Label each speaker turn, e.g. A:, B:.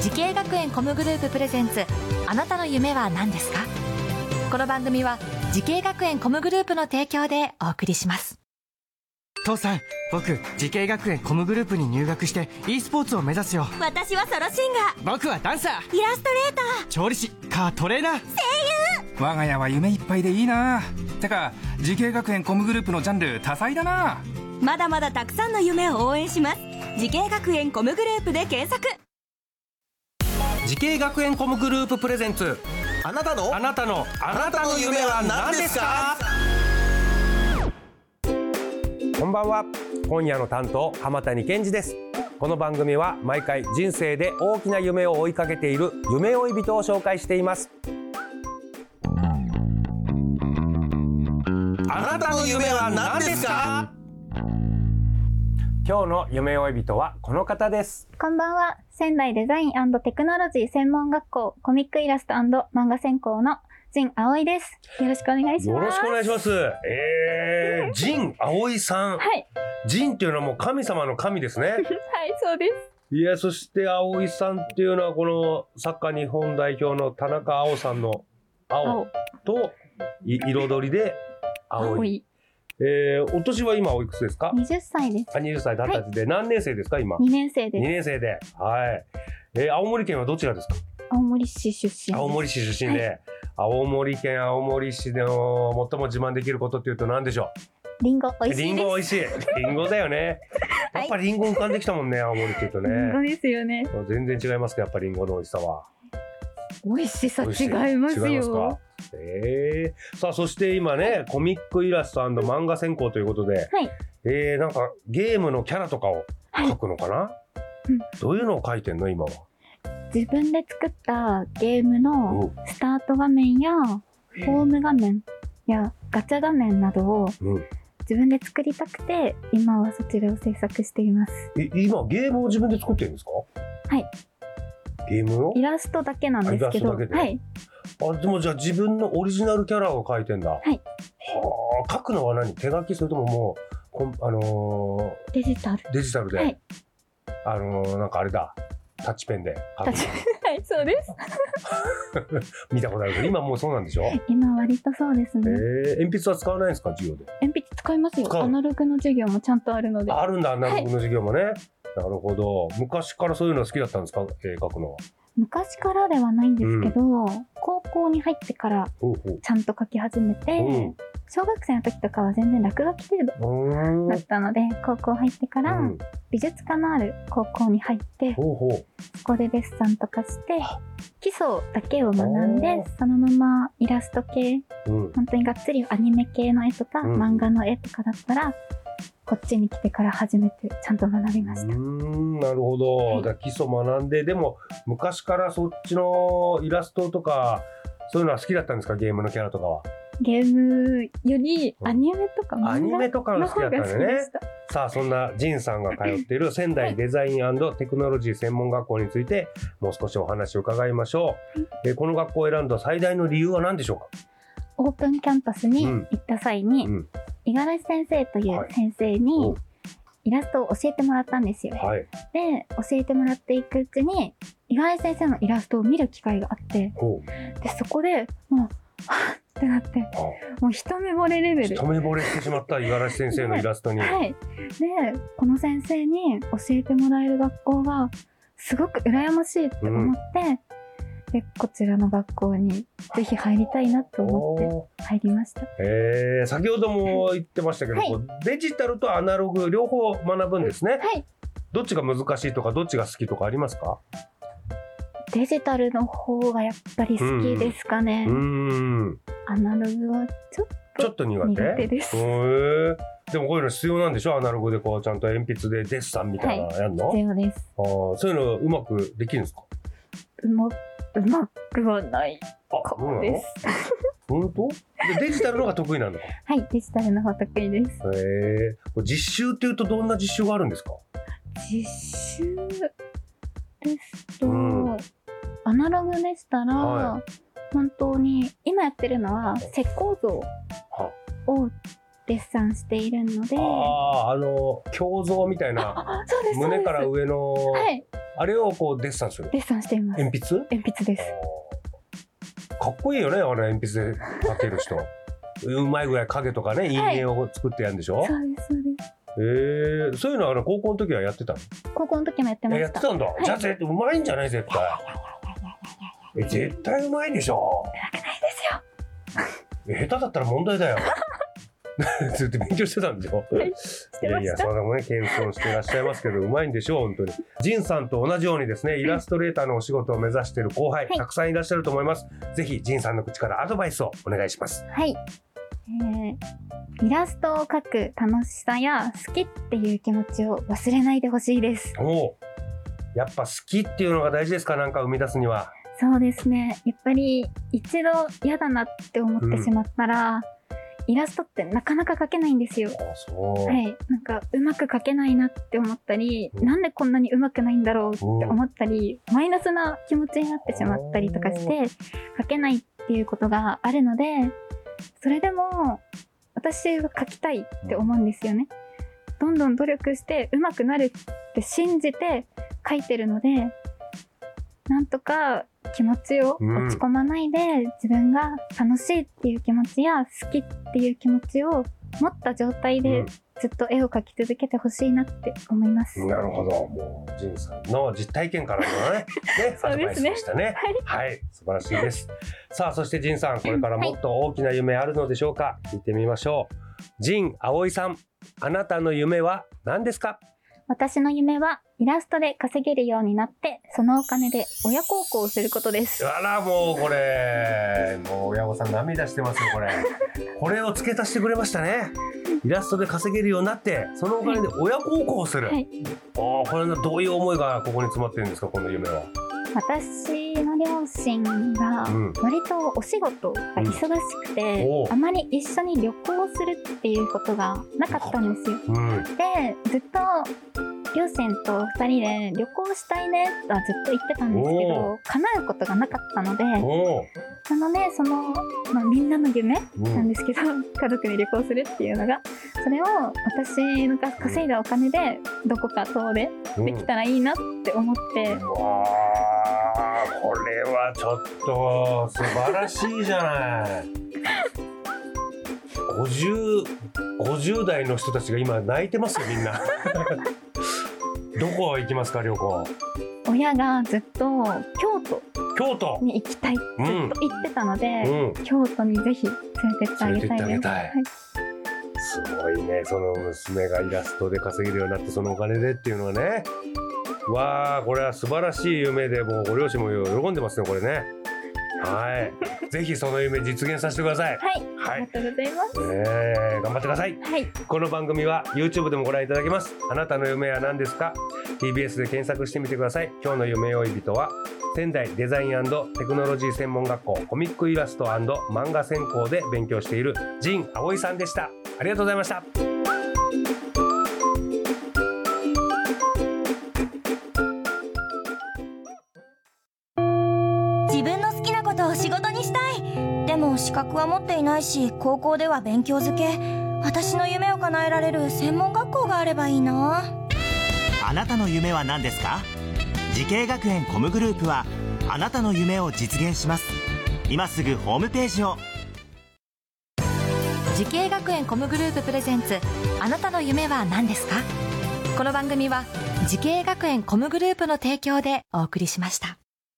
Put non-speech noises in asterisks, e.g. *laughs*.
A: 時系学園コムグループプレゼンツあなたの夢は何ですかこの番組は時系学園コムグループの提供でお送りします
B: 父さん僕慈恵学園コムグループに入学して e スポーツを目指すよ
C: 私はソロシンガ
B: 僕はダンサー
C: ーイラストレータ
B: 調理師カートレーナー
D: 我が家は夢いっぱいでいいなてか慈恵学園コムグループのジャンル多彩だな
C: ーまだまだたくさんの夢を応援します時系学園コムグループで検索
E: 時系学園コムグループプレゼンツ
F: あなたの
E: あなたのあなたの夢は何ですかこんばんは今夜の担当浜谷健二ですこの番組は毎回人生で大きな夢を追いかけている夢追い人を紹介していますあなたの夢は何ですか今日の夢追い人はこの方です
G: こんばんは。仙台デザインテクノロジー専門学校コミックイラスト漫画専攻の陣葵です。よろしくお願いします。
E: よろしくお願いします。えー、神葵さん。
G: はい。
E: 神っていうのはもう神様の神ですね。
G: はい、そうです。
E: いや、そして葵さんっていうのはこのサッカー日本代表の田中青さんの青
G: 青
E: とい彩りで
G: 青
E: 葵。
G: い。
E: えー、お年は今おいくつですか
G: 20歳です。
E: あ ?20 歳だったちで何年生ですか今。2
G: 2年生です。
E: 年生で。はい。えー、青森県はどちらですか
G: 青森市出身です。
E: 青森市出身で。青森県青森市の最も自慢できることっていうと何でしょう
G: リンゴ美味し
E: リ
G: い
E: ン
G: です。
E: ゴ美味しい。リンゴだよ *laughs* ね。
G: は
E: や
G: い
E: っぱりリンゴ浮かんできたもんね、青森って言うとね。
G: リンゴですよね。
E: 全然違いますか、やっぱりリンゴの美味しさは。
G: 美味しさ
E: 美味し
G: 違います
E: 違いますか
G: よ。。
E: えー、さあそして今ねコミックイラスト漫画専攻ということで、
G: はい
E: えー、なんかゲームのキャラとかを
G: はい
E: 描くのかな、
G: うん
E: どういうのを描いてんの今は
G: 自分で作ったゲーム
E: う
G: のスタート画面やホーム画面やガチャ画面などを
E: うん
G: 自分で作りたくて、今はそちらを制作しています。
E: え今ゲームを自分で作ってるんですか
G: はい
E: ゲームを
G: イラストだけなんですけど、
E: あイラストだけで
G: はい、
E: あでもじゃあ自分のオリジナルキャラを描いてんだはいはあ描くのは何手書きそれとももうこんあの
G: デジタル。
E: ーデジタルで、
G: はい
E: あのーなんかあれだタッチペンで描く
G: タッチ *laughs* はい、そうです。
E: 見たことあるけど今もうそうなんでしょ
G: 今割とそうです
E: え
G: ね。
E: ー、鉛筆は使わないんですか授業で。
G: 鉛筆使いますよ
E: 使。う
G: アナログの授業もちゃんとあるので。
E: あるんだ、アナログの授業もね。なるほど。昔からそういうの好きだったんですか、絵描くのは。
G: 昔からではないんですけど、高校に入ってから
E: ほうほう。
G: ちゃんと書き始めて、
E: うん
G: 小学生の時とかは全然落書き程度
E: うーん。
G: だったので、高校入ってから
E: うん
G: 美術科のある高校に入って、
E: ほうほう。
G: そこでデッサンとかして、基礎だけを学ん
E: お
G: で、そのままイラスト系
E: うん。
G: 本当にがっつりアニメ系の絵とか、
E: うん
G: 漫画の絵とかだったらこっちに来てから初めてちゃんと学び
E: う
G: ました、
E: ーんなるほど、
G: はい
E: だから基礎学んででも昔からそっちのイラストとかそういうのは好きだったんですかゲームのキャラとかは
G: ゲームよりアニメとか
E: アニ
G: 漫
E: メとか
G: 画
E: の
G: の
E: 好き
G: 方
E: だ
G: が
E: ったん
G: 好き
E: だ
G: で
E: よね
G: した、
E: さあそんなジンさんが通っている仙台デザインテクノロジー専門学校についてもう少しお話を伺いましょう、えこの学校を選んだ最大の理由は何でしょうか
G: オープンキャンパスに行った際に
E: うん
G: 五十嵐先生とい
E: は
G: う
E: い
G: 先生
E: お
G: にイラストを教えてもらったんですよ、
E: はい。
G: で教えてもらっていくうちに五十嵐先生のイラストを見る機会があって
E: こう。
G: でそこでもう *laughs* はぁってなって
E: あ
G: もう一目惚れレベル
E: 一目惚れしてしまった五十嵐先生のイラストに。
G: はい。で、この先生に教えてもらえる学校がすごく羨ましいって思って、で、こちらの学校にぜひ入りたいなと思って
E: お
G: 入りました。
E: ーえー先ほども言ってましたけど、
G: はい
E: こうデジタルとアナログ両方学ぶんですね。
G: はい。
E: どっちが難しいとか、どっちが好きとかありますか。
G: デジタルの方がやっぱり好きですかね
E: う。ーん、
G: アナログはちょっ
E: ちょっと苦
G: と
E: 手。
G: 苦手です。
E: へ
G: 必
E: ーでもこういうの必要なんでしょアナログでこうちゃんと鉛筆でデッサンみたいなのやるの、
G: 要です。
E: あーそういうのうまくできるんですか
G: うま、うまくはない
E: あそうなの
G: です。
E: 本当でデジタルのが得意なんだへ
G: はい、デジタルの方得意です。
E: え実習っていうとどんな実習があるんですか
G: 実習ですと、
E: うん
G: アナログでしたら、
E: は
G: 本当に今やってるのは石膏像
E: は
G: をデッサンしているので
E: あああの胸像みたいな
G: あそうですそうです
E: 胸から上の
G: はい
E: あれをこうデッサンする。
G: デッサンしています。
E: 鉛筆
G: 鉛筆です。
E: かっこいいよね、あれ鉛筆で描ける人。うまいぐらい影とかね、陰影を作ってやるんでしょ、
G: そうです、そうです。
E: えー、そういうのはあの高校の時はやってたの
G: 高校の時もやってま
E: やっ
G: してた。
E: たんだ。じゃあ絶対うまいんじゃない絶
G: *laughs*
E: 対。え絶対うまいでしょ。え下手だったら問題だよ。 *laughs* ずっと勉強してたんでしょ。いやいや、そんなもんね、謙遜してらっしゃいますけど、うまいんでしょう、本当に。ジンさんと同じようにですね、イラストレーターのお仕事を目指している後輩、
G: はい
E: たくさんいらっしゃると思います。ぜひ、ジンさんの口からアドバイスをお願いします。
G: はい。えー、イラストを描く楽しさや好きっていう気持ちを忘れないでほしいです。
E: おうやっぱ好きっていうのが大事ですかなんか生み出すには。
G: そうですね。やっぱり一度嫌だなって思ってしまったら、イラストってなかなか描けないんですよ。
E: あそう。
G: はい。なんかうまく描けないなって思ったり、
E: うん
G: なんでこんなにうまくないんだろうって思ったり、マイナスな気持ちになってしまったりとかして、描けないっていうことがあるので、それでも私は描きたいって思うんですよね。どんどん努力してうまくなるって信じて書いてるので、なんとか気持ちを
E: うん
G: 落ち込まないで、自分が楽しいっていう気持ちや好きっていう気持ちを持った状態
E: う
G: で
E: ん
G: ずっと絵を描き続けてほしいなって思います。
E: なるほど。もう、ジンさんの実体験から *laughs* のね、ね、
G: そ
E: ア
G: う
E: ドバ
G: で
E: イ
G: す
E: ス
G: ね
E: でしたね。はい、素晴らしいです。さあ、そしてジンさん、これからもっと大きな夢あるのでしょうか、聞いてみましょう。ジン、葵さん、あなたの夢は何ですか
G: 私の夢はイラストで稼げるようになって、そのお金で親孝行をすることです。
E: あら、もうこれ、もう親御さん涙してますよ、これ。 *laughs* これを付け足してくれましたね。イラストで稼げるようになって、そのお金で親孝行をする。
G: はい
E: おーこれのどういう思いがここに詰まってるんですか、この夢は。
G: 私の両親が
E: うん
G: 割とお仕事が忙しくて、
E: うんおう
G: あまり一緒に旅行をするっていうことがなかったんですよ。
E: うん。
G: でずっと両親と2人で旅行したいねとはずっと言ってたんですけ
E: お
G: ど叶うことがなかったので
E: おー
G: なのでその、まあ、みんなの夢
E: う
G: なん
E: ん。
G: ですけど、家族で旅行するっていうのがそれを私が稼いだお金でどこか遠出できたらいいなって思って、
E: うわあこれはちょっと素晴らしいじゃない 50, 50代の人たちが今泣いてますよみんなどこ行きますか旅行
G: 親がずっと京都
E: 京都
G: に行きたいずっ
E: う
G: と
E: ん
G: 言ってたので、
E: うん
G: 京都にぜひ連れてってあげた
E: 連れ
G: い
E: て
G: で
E: ってあげ
G: す。
E: たい
G: はい
E: すごいねその娘がイラストで稼げるようになってそのお金でっていうのはねわあこれは素晴らしい夢でもうご両親も喜んでますねこれね
G: *laughs*
E: はいぜひその夢実現させてください
G: はい、
E: は
G: あり
E: い
G: がとうございます。
E: えー頑張ってください
G: はい、
E: この番組は YouTube でもご覧いただけますあなたの夢は何ですか TBS で検索してみてください今日の夢追い人は仙台デザインテクノロジー専門学校コミックイラスト漫画専攻で勉強している陣葵さんでしたありがとうございました
C: 自分の好きなことを仕事にしたいでも資格は持っていないし高校では勉強づけ私の夢を叶えられる専門学校があればいいな
F: あなたの夢は何ですか時系学園コムグループはあなたの夢を実現します今すぐホームページを
A: 時系学園コムグループプレゼンツあなたの夢は何ですかこの番組は時系学園コムグループの提供でお送りしました